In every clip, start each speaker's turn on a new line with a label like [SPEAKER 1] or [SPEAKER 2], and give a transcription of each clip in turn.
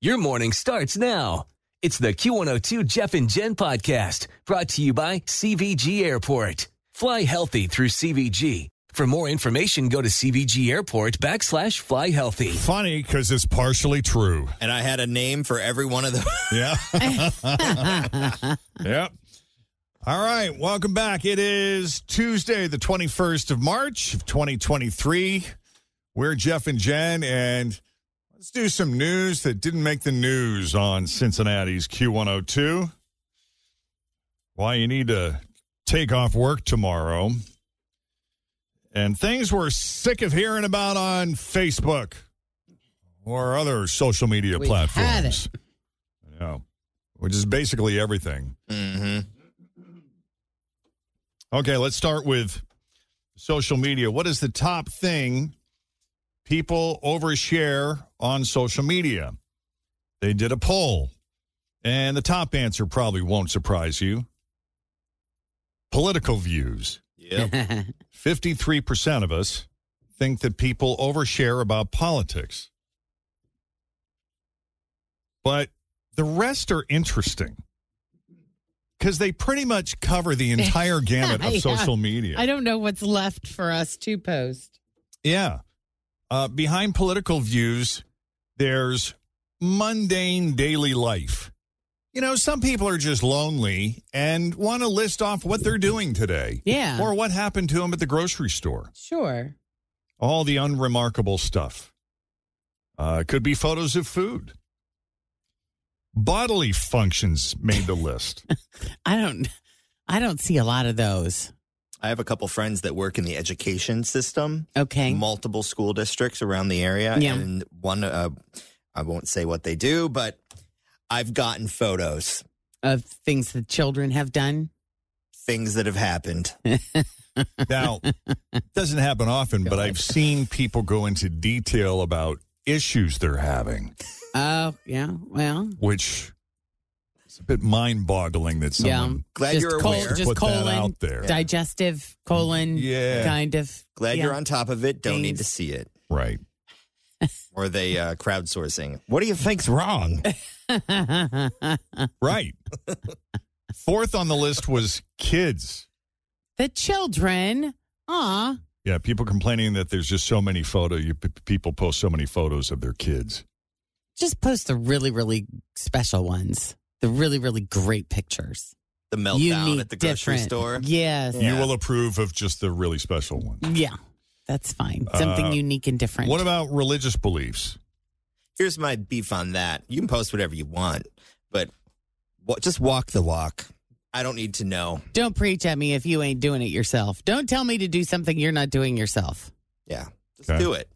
[SPEAKER 1] Your morning starts now. It's the Q102 Jeff and Jen podcast brought to you by CVG Airport. Fly healthy through CVG. For more information, go to CVG Airport backslash fly healthy.
[SPEAKER 2] Funny because it's partially true.
[SPEAKER 3] and I had a name for every one of them.
[SPEAKER 2] Yeah. yep. All right. Welcome back. It is Tuesday, the 21st of March of 2023. We're Jeff and Jen, and let's do some news that didn't make the news on Cincinnati's Q102. Why you need to take off work tomorrow. And things we're sick of hearing about on Facebook or other social media
[SPEAKER 4] We've
[SPEAKER 2] platforms.
[SPEAKER 4] had it.
[SPEAKER 2] I know. Which is basically everything.
[SPEAKER 3] Mm-hmm.
[SPEAKER 2] Okay, let's start with social media. What is the top thing people overshare on social media? They did a poll, and the top answer probably won't surprise you political views.
[SPEAKER 3] Yep.
[SPEAKER 2] 53% of us think that people overshare about politics. But the rest are interesting because they pretty much cover the entire gamut of
[SPEAKER 4] Yeah.
[SPEAKER 2] social media.
[SPEAKER 4] I don't know what's left for us to post.
[SPEAKER 2] Yeah. Uh, behind political views, there's mundane daily life. You know, some people are just lonely and want to list off what they're doing today.
[SPEAKER 4] Yeah.
[SPEAKER 2] Or what happened to them at the grocery store.
[SPEAKER 4] Sure.
[SPEAKER 2] All the unremarkable stuff. Uh, could be photos of food. Bodily functions made the list.
[SPEAKER 4] I don't I don't see a lot of those.
[SPEAKER 3] I have a couple friends that work in the education system,
[SPEAKER 4] Okay.
[SPEAKER 3] multiple school districts around the area,
[SPEAKER 4] Yeah.
[SPEAKER 3] and one. Uh, I won't say what they do, but I've gotten photos,
[SPEAKER 4] of things that children have done.
[SPEAKER 3] things that have happened.
[SPEAKER 2] Now, it doesn't happen often, but I've seen people go into detail about issues they're having.
[SPEAKER 4] Oh, yeah. Well,
[SPEAKER 2] which is a bit mind-boggling that
[SPEAKER 4] Yeah.
[SPEAKER 2] someone
[SPEAKER 3] Glad
[SPEAKER 4] Just
[SPEAKER 3] you're
[SPEAKER 4] col-
[SPEAKER 3] aware.
[SPEAKER 4] just-
[SPEAKER 2] put that
[SPEAKER 4] colon,
[SPEAKER 2] out there.
[SPEAKER 4] digestive colon
[SPEAKER 2] Yeah.
[SPEAKER 4] kind of
[SPEAKER 3] Glad
[SPEAKER 4] yeah.
[SPEAKER 3] you're on top of it. Don't need to
[SPEAKER 4] Things.
[SPEAKER 3] see it.
[SPEAKER 2] right.
[SPEAKER 3] Or they uh, crowdsourcing. What do you think's wrong?
[SPEAKER 2] Right. Fourth on the list was kids.
[SPEAKER 4] the children. Aw.
[SPEAKER 2] Yeah, people complaining that there's just so many photo you, p- people post so many photos of their kids.
[SPEAKER 4] Just post the really, really special ones. The really, really great pictures.
[SPEAKER 3] The meltdown
[SPEAKER 4] Unique,
[SPEAKER 3] at the grocery
[SPEAKER 4] different.
[SPEAKER 3] store.
[SPEAKER 4] Yes.
[SPEAKER 3] Yeah.
[SPEAKER 2] You will approve of just the really special ones.
[SPEAKER 4] Yeah. That's fine. Something
[SPEAKER 2] Uh,
[SPEAKER 4] unique and different.
[SPEAKER 2] What about religious beliefs?
[SPEAKER 3] Here's my beef on that. You can post whatever you want, but wa- just walk the walk. I don't need to know.
[SPEAKER 4] Don't preach at me if you ain't doing it yourself. Don't tell me to do something you're not doing yourself.
[SPEAKER 3] Yeah, just
[SPEAKER 2] Okay.
[SPEAKER 3] do it.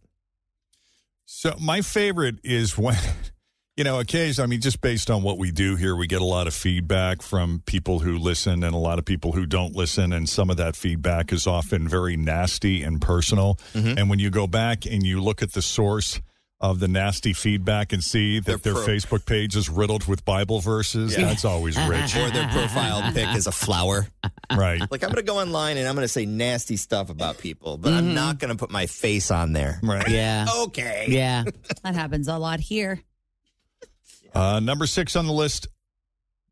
[SPEAKER 2] So my favorite is when you know, occasionally I mean just based on what we do here, we get a lot of feedback from people who listen and a lot of people who don't listen and some of that feedback is often very nasty and personal.
[SPEAKER 3] Mhm.
[SPEAKER 2] And when you go back and you look at the source of the nasty feedback and see that
[SPEAKER 3] They're
[SPEAKER 2] their
[SPEAKER 3] pro-
[SPEAKER 2] Facebook page is riddled with Bible verses,
[SPEAKER 3] Yeah.
[SPEAKER 2] that's always rich.
[SPEAKER 3] or their profile pic is a flower.
[SPEAKER 2] right.
[SPEAKER 3] Like I'm gonna go online and I'm gonna say nasty stuff about people, but I'm not gonna put my face on there.
[SPEAKER 2] Right.
[SPEAKER 4] Mm-hmm. Yeah.
[SPEAKER 3] Okay.
[SPEAKER 4] Yeah.
[SPEAKER 5] That happens a lot here.
[SPEAKER 2] Uh, number six on the list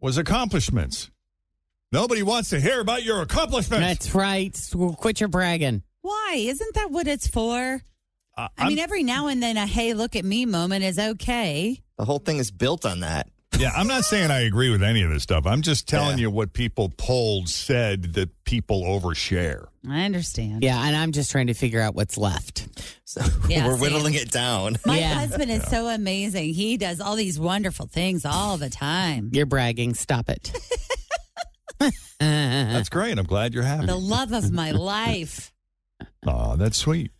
[SPEAKER 2] was accomplishments. Nobody wants to hear about your accomplishments.
[SPEAKER 4] That's right. So Quit your bragging.
[SPEAKER 5] Why? Isn't that what it's for?
[SPEAKER 2] Uh,
[SPEAKER 5] I mean, every now and then a hey, look at me moment is okay.
[SPEAKER 3] The whole thing is built on that.
[SPEAKER 2] Yeah, I'm not saying I agree with any of this stuff. I'm just telling
[SPEAKER 3] Yeah.
[SPEAKER 2] you what people polled said that people overshare.
[SPEAKER 5] I understand.
[SPEAKER 4] Yeah. And I'm just trying to figure out what's left.
[SPEAKER 3] So
[SPEAKER 5] Yeah,
[SPEAKER 3] we're
[SPEAKER 5] same.
[SPEAKER 3] whittling it down.
[SPEAKER 5] My
[SPEAKER 4] Yeah.
[SPEAKER 5] husband is so amazing. He does all these wonderful things all the time.
[SPEAKER 4] You're bragging. Stop it.
[SPEAKER 2] That's great. I'm glad you're happy.
[SPEAKER 5] Uh-huh. The love of my life.
[SPEAKER 2] Aw, that's sweet.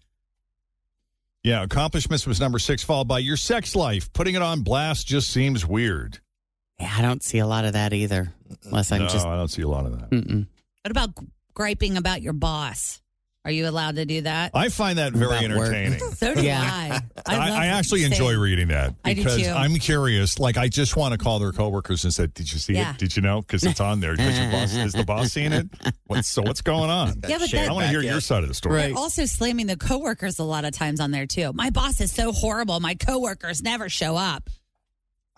[SPEAKER 2] Yeah, accomplishments was number six, followed by your sex life. Putting it on blast just seems weird.
[SPEAKER 4] yeah, I don't see a lot of that either. Unless I'm
[SPEAKER 2] no,
[SPEAKER 4] just.
[SPEAKER 2] I don't see a lot of
[SPEAKER 5] Mm.
[SPEAKER 2] that.
[SPEAKER 4] Mm-mm.
[SPEAKER 5] What about g- griping about your boss? Are you allowed to do that?
[SPEAKER 2] I find that very
[SPEAKER 4] That word.
[SPEAKER 2] entertaining.
[SPEAKER 5] So do
[SPEAKER 4] Uh, Yeah.
[SPEAKER 5] I.
[SPEAKER 2] I,
[SPEAKER 5] love
[SPEAKER 2] I actually
[SPEAKER 5] saying-
[SPEAKER 2] enjoy reading that
[SPEAKER 5] I do
[SPEAKER 2] because
[SPEAKER 5] too.
[SPEAKER 2] I'm curious. Like, I just want to call their coworkers and say, "Did you see
[SPEAKER 5] Yeah.
[SPEAKER 2] it? Did you know? Because it's on there. Did your boss, is the boss seeing it? What's, so what's going on?
[SPEAKER 5] Yeah, but
[SPEAKER 3] Share
[SPEAKER 5] that-
[SPEAKER 2] I want to
[SPEAKER 3] back
[SPEAKER 2] hear
[SPEAKER 3] yet.
[SPEAKER 2] your side of the story.
[SPEAKER 4] Right.
[SPEAKER 5] Also slamming the coworkers a lot of times on there too. My boss is so horrible. My coworkers never show up.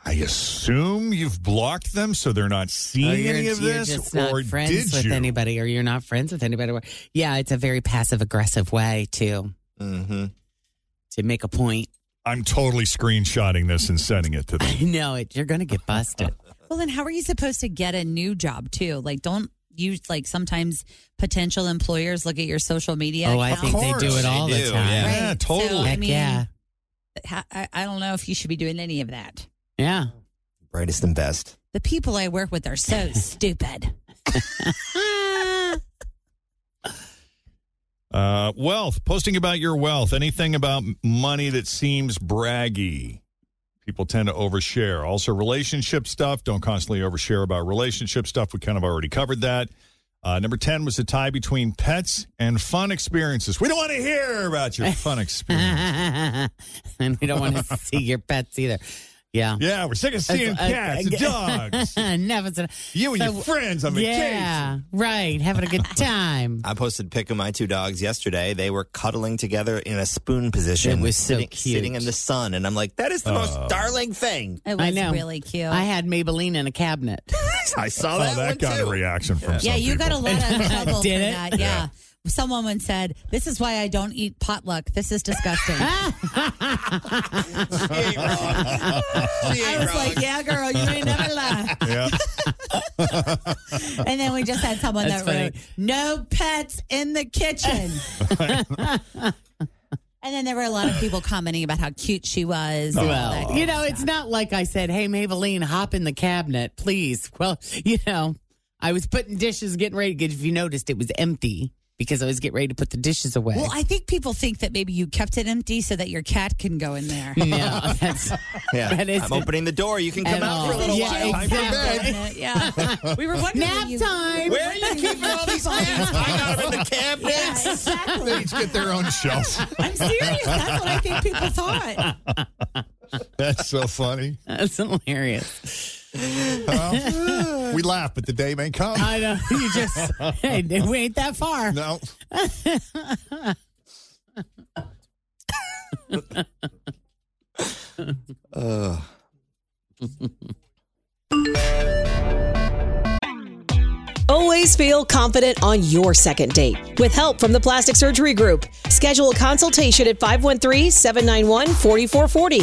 [SPEAKER 2] I assume you've blocked them so they're not
[SPEAKER 4] Or
[SPEAKER 2] seeing
[SPEAKER 4] you're,
[SPEAKER 2] any of
[SPEAKER 4] you're
[SPEAKER 2] this,
[SPEAKER 4] just not
[SPEAKER 2] or
[SPEAKER 4] friends
[SPEAKER 2] did
[SPEAKER 4] with
[SPEAKER 2] you?
[SPEAKER 4] anybody, or you're not friends with anybody. Yeah, it's a very passive aggressive way to
[SPEAKER 3] Mm-hmm.
[SPEAKER 4] to make a point.
[SPEAKER 2] I'm totally screenshotting this and sending it to them.
[SPEAKER 4] I know it. You're gonna get busted.
[SPEAKER 5] Well, then how are you supposed to get a new job too? Like, don't you like sometimes potential employers look at your social media?
[SPEAKER 4] oh, I
[SPEAKER 5] account?
[SPEAKER 4] think they do
[SPEAKER 2] course
[SPEAKER 4] it all
[SPEAKER 3] they
[SPEAKER 4] the
[SPEAKER 3] do,
[SPEAKER 4] time.
[SPEAKER 3] yeah.
[SPEAKER 5] Right.
[SPEAKER 2] Yeah, totally.
[SPEAKER 5] So, I
[SPEAKER 4] Heck
[SPEAKER 5] mean,
[SPEAKER 4] yeah,
[SPEAKER 5] ha- I, I don't know if you should be doing any of that.
[SPEAKER 4] yeah.
[SPEAKER 3] Brightest and best.
[SPEAKER 5] The people I work with are so stupid.
[SPEAKER 2] Uh, wealth, posting about your wealth, anything about m- money that seems braggy. People tend to overshare. Also, relationship stuff. Don't constantly overshare about relationship stuff. We kind of already covered that. Uh, number 10 was the tie between pets and fun experiences. We don't want to hear about your fun experience.
[SPEAKER 4] and we don't want to see your pets either. Yeah.
[SPEAKER 2] yeah, we're sick of seeing
[SPEAKER 4] Uh, uh,
[SPEAKER 2] cats and dogs.
[SPEAKER 4] Never said-
[SPEAKER 2] You and
[SPEAKER 4] So-
[SPEAKER 2] your friends on vacation.
[SPEAKER 4] Yeah, right. Having a good time.
[SPEAKER 3] I posted a pic of my two dogs yesterday. They were cuddling together in a spoon position.
[SPEAKER 4] It was so
[SPEAKER 3] sitting,
[SPEAKER 4] cute.
[SPEAKER 3] sitting in the sun, and I'm like, that is the
[SPEAKER 2] Oh.
[SPEAKER 3] most darling thing.
[SPEAKER 5] It was
[SPEAKER 4] I know.
[SPEAKER 5] really cute.
[SPEAKER 4] I had Maybelline in a cabinet.
[SPEAKER 3] I saw
[SPEAKER 2] Oh,
[SPEAKER 3] that,
[SPEAKER 2] that,
[SPEAKER 3] one
[SPEAKER 2] got
[SPEAKER 3] too.
[SPEAKER 2] a reaction from
[SPEAKER 5] yeah,
[SPEAKER 2] some
[SPEAKER 5] you got a
[SPEAKER 2] people.
[SPEAKER 5] lot of trouble for
[SPEAKER 4] Did it?
[SPEAKER 5] that. Yeah. Someone once said, "This is why I don't eat potluck. This is disgusting."
[SPEAKER 4] Ah,
[SPEAKER 5] I
[SPEAKER 3] She ain't wrong. She ain't
[SPEAKER 5] was
[SPEAKER 3] wrong.
[SPEAKER 5] like, "Yeah, girl, you ain't never lie."
[SPEAKER 2] Yeah.
[SPEAKER 5] And then we just had someone
[SPEAKER 4] That's
[SPEAKER 5] that wrote,
[SPEAKER 4] funny.
[SPEAKER 5] "No pets in the kitchen." and then there were a lot of people commenting about how cute she was. and all that
[SPEAKER 4] Well,
[SPEAKER 5] kind
[SPEAKER 4] you
[SPEAKER 5] of
[SPEAKER 4] know, it's
[SPEAKER 5] stuff.
[SPEAKER 4] not like I said, "Hey, Maybelline, hop in the cabinet, please." Well, you know, I was putting dishes, getting ready. Because if you noticed, it was empty because I was getting ready to put the dishes away.
[SPEAKER 5] Well, I think people think that maybe you kept it empty so that your cat can go in there.
[SPEAKER 4] no, that's
[SPEAKER 3] yeah,
[SPEAKER 4] That is-
[SPEAKER 3] I'm opening the door. You can come
[SPEAKER 4] At
[SPEAKER 3] out Oh, for a
[SPEAKER 4] all.
[SPEAKER 3] little
[SPEAKER 4] Yeah,
[SPEAKER 3] while.
[SPEAKER 4] Time for exactly.
[SPEAKER 5] Yeah. We were wondering.
[SPEAKER 4] nap
[SPEAKER 5] you-
[SPEAKER 4] time.
[SPEAKER 3] Where are you keeping all these cats? I got them in the cabinets.
[SPEAKER 2] They each get their own shelf.
[SPEAKER 5] I'm serious. That's what I think people thought.
[SPEAKER 2] That's so funny.
[SPEAKER 4] That's hilarious.
[SPEAKER 2] Well, we laugh, but the day may come.
[SPEAKER 4] I know you just hey, we ain't that far.
[SPEAKER 2] No.
[SPEAKER 3] Ugh.
[SPEAKER 6] Always feel confident on your second date. With help from the Plastic Surgery Group, schedule a consultation at 513 791 4440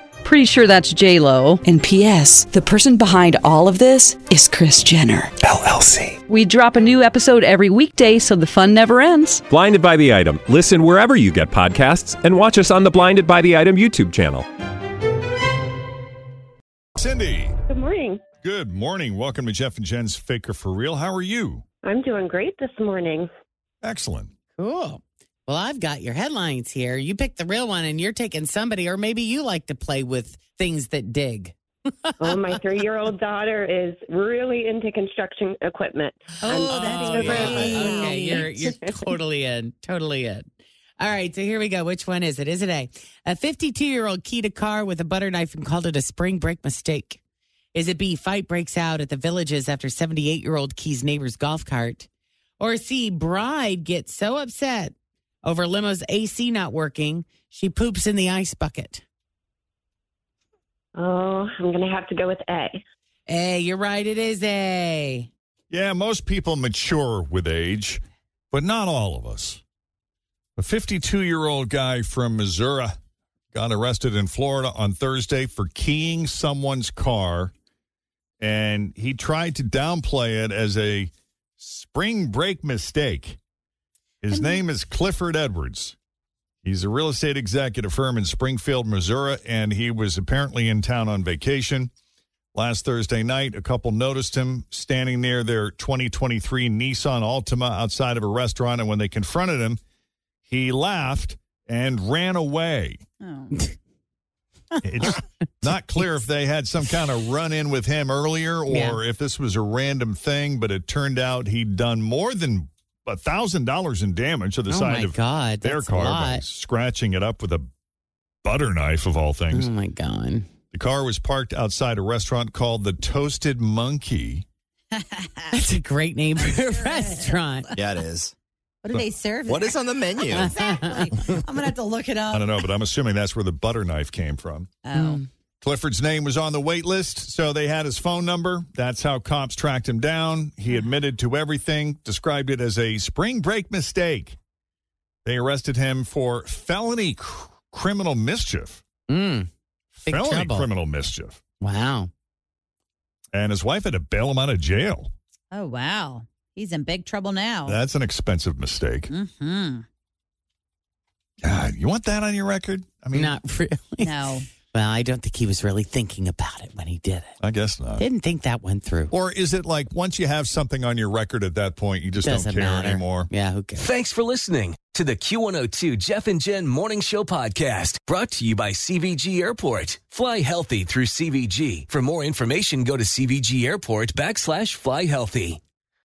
[SPEAKER 7] Pretty sure that's J Lo.
[SPEAKER 8] And P.S. The person behind all of this is Chris Jenner.
[SPEAKER 9] LLC.
[SPEAKER 7] We drop a new episode every weekday, so the fun never ends.
[SPEAKER 9] Blinded by the item. Listen wherever you get podcasts, and watch us on the Blinded by the Item YouTube channel.
[SPEAKER 2] Cindy,
[SPEAKER 10] Good morning.
[SPEAKER 2] good morning. Welcome to Jeff and Jen's Faker for Real. How are you?
[SPEAKER 10] I'm doing great this morning.
[SPEAKER 2] Excellent.
[SPEAKER 4] Cool. Well, I've got your headlines here. You picked the real one, and you're taking somebody, or maybe you like to play with things that dig.
[SPEAKER 10] Oh, my three year old daughter is really into construction equipment.
[SPEAKER 5] Oh, that's
[SPEAKER 10] Oh, yeah.
[SPEAKER 5] great.
[SPEAKER 4] Okay, you're you're totally in, totally in. All right, so here we go. Which one is it? Is it A? A 52 year old keyed a car with a butter knife and called it a spring break mistake. Is it B? Fight breaks out at the villages after 78 year old keys neighbor's golf cart. Or C? Bride gets so upset over limo's AC not working, she poops in the ice bucket.
[SPEAKER 10] Oh, I'm going to have to go with A.
[SPEAKER 4] A, you're right. It is A.
[SPEAKER 2] Yeah, most people mature with age, but not all of us. A 52 year old guy from Missouri got arrested in Florida on Thursday for keying someone's car, and he tried to downplay it as a spring break mistake. His name is Clifford Edwards. He's a real estate executive firm in Springfield, Missouri, and he was apparently in town on vacation. Last Thursday night, a couple noticed him standing near their 2023 Nissan Altima outside of a restaurant. And when they confronted him, he laughed and ran away.
[SPEAKER 5] Oh.
[SPEAKER 2] It's not clear if they had some kind of run in with him earlier or
[SPEAKER 4] Yeah.
[SPEAKER 2] if this was a random thing, but it turned out he'd done more than a thousand dollars in damage to the
[SPEAKER 4] Oh,
[SPEAKER 2] side
[SPEAKER 4] my
[SPEAKER 2] of
[SPEAKER 4] God,
[SPEAKER 2] their
[SPEAKER 4] that's a
[SPEAKER 2] car by
[SPEAKER 4] lot.
[SPEAKER 2] scratching it up with a butter knife of all things.
[SPEAKER 4] Oh my god.
[SPEAKER 2] The car was parked outside a restaurant called the Toasted Monkey.
[SPEAKER 4] That's a great name for a restaurant.
[SPEAKER 3] Yeah, it is.
[SPEAKER 5] What do they serve?
[SPEAKER 3] What is on the menu?
[SPEAKER 5] Uh, Exactly. I'm going to have to look it
[SPEAKER 2] I
[SPEAKER 5] up.
[SPEAKER 2] don't know, but I'm assuming that's where the butter knife came from.
[SPEAKER 5] Oh.
[SPEAKER 2] Clifford's name was on the wait list, so they had his phone number. That's how cops tracked him down. He admitted to everything, described it as a spring break mistake. They arrested him for felony cr- criminal mischief.
[SPEAKER 4] Mm, big
[SPEAKER 2] felony
[SPEAKER 4] trouble.
[SPEAKER 2] criminal mischief.
[SPEAKER 4] Wow.
[SPEAKER 2] And his wife had to bail him out of jail.
[SPEAKER 5] Oh, wow. He's in big trouble
[SPEAKER 4] Oh.
[SPEAKER 5] now.
[SPEAKER 2] That's an expensive mistake.
[SPEAKER 5] hmm
[SPEAKER 2] God, you want that on your record? I mean,
[SPEAKER 4] Not really.
[SPEAKER 5] No.
[SPEAKER 4] Well, I don't think he was really thinking about it when he did it.
[SPEAKER 2] I guess not.
[SPEAKER 4] Didn't think that went through.
[SPEAKER 2] Or is it like once you have something on your record at that point, you just
[SPEAKER 4] Doesn't
[SPEAKER 2] don't care
[SPEAKER 4] matter.
[SPEAKER 2] anymore?
[SPEAKER 4] Yeah, who cares?
[SPEAKER 1] Thanks for listening to the Q102 Jeff and Jen Morning Show podcast brought to you by CVG Airport. Fly healthy through CVG. For more information, go to CVG Airport backslash fly healthy.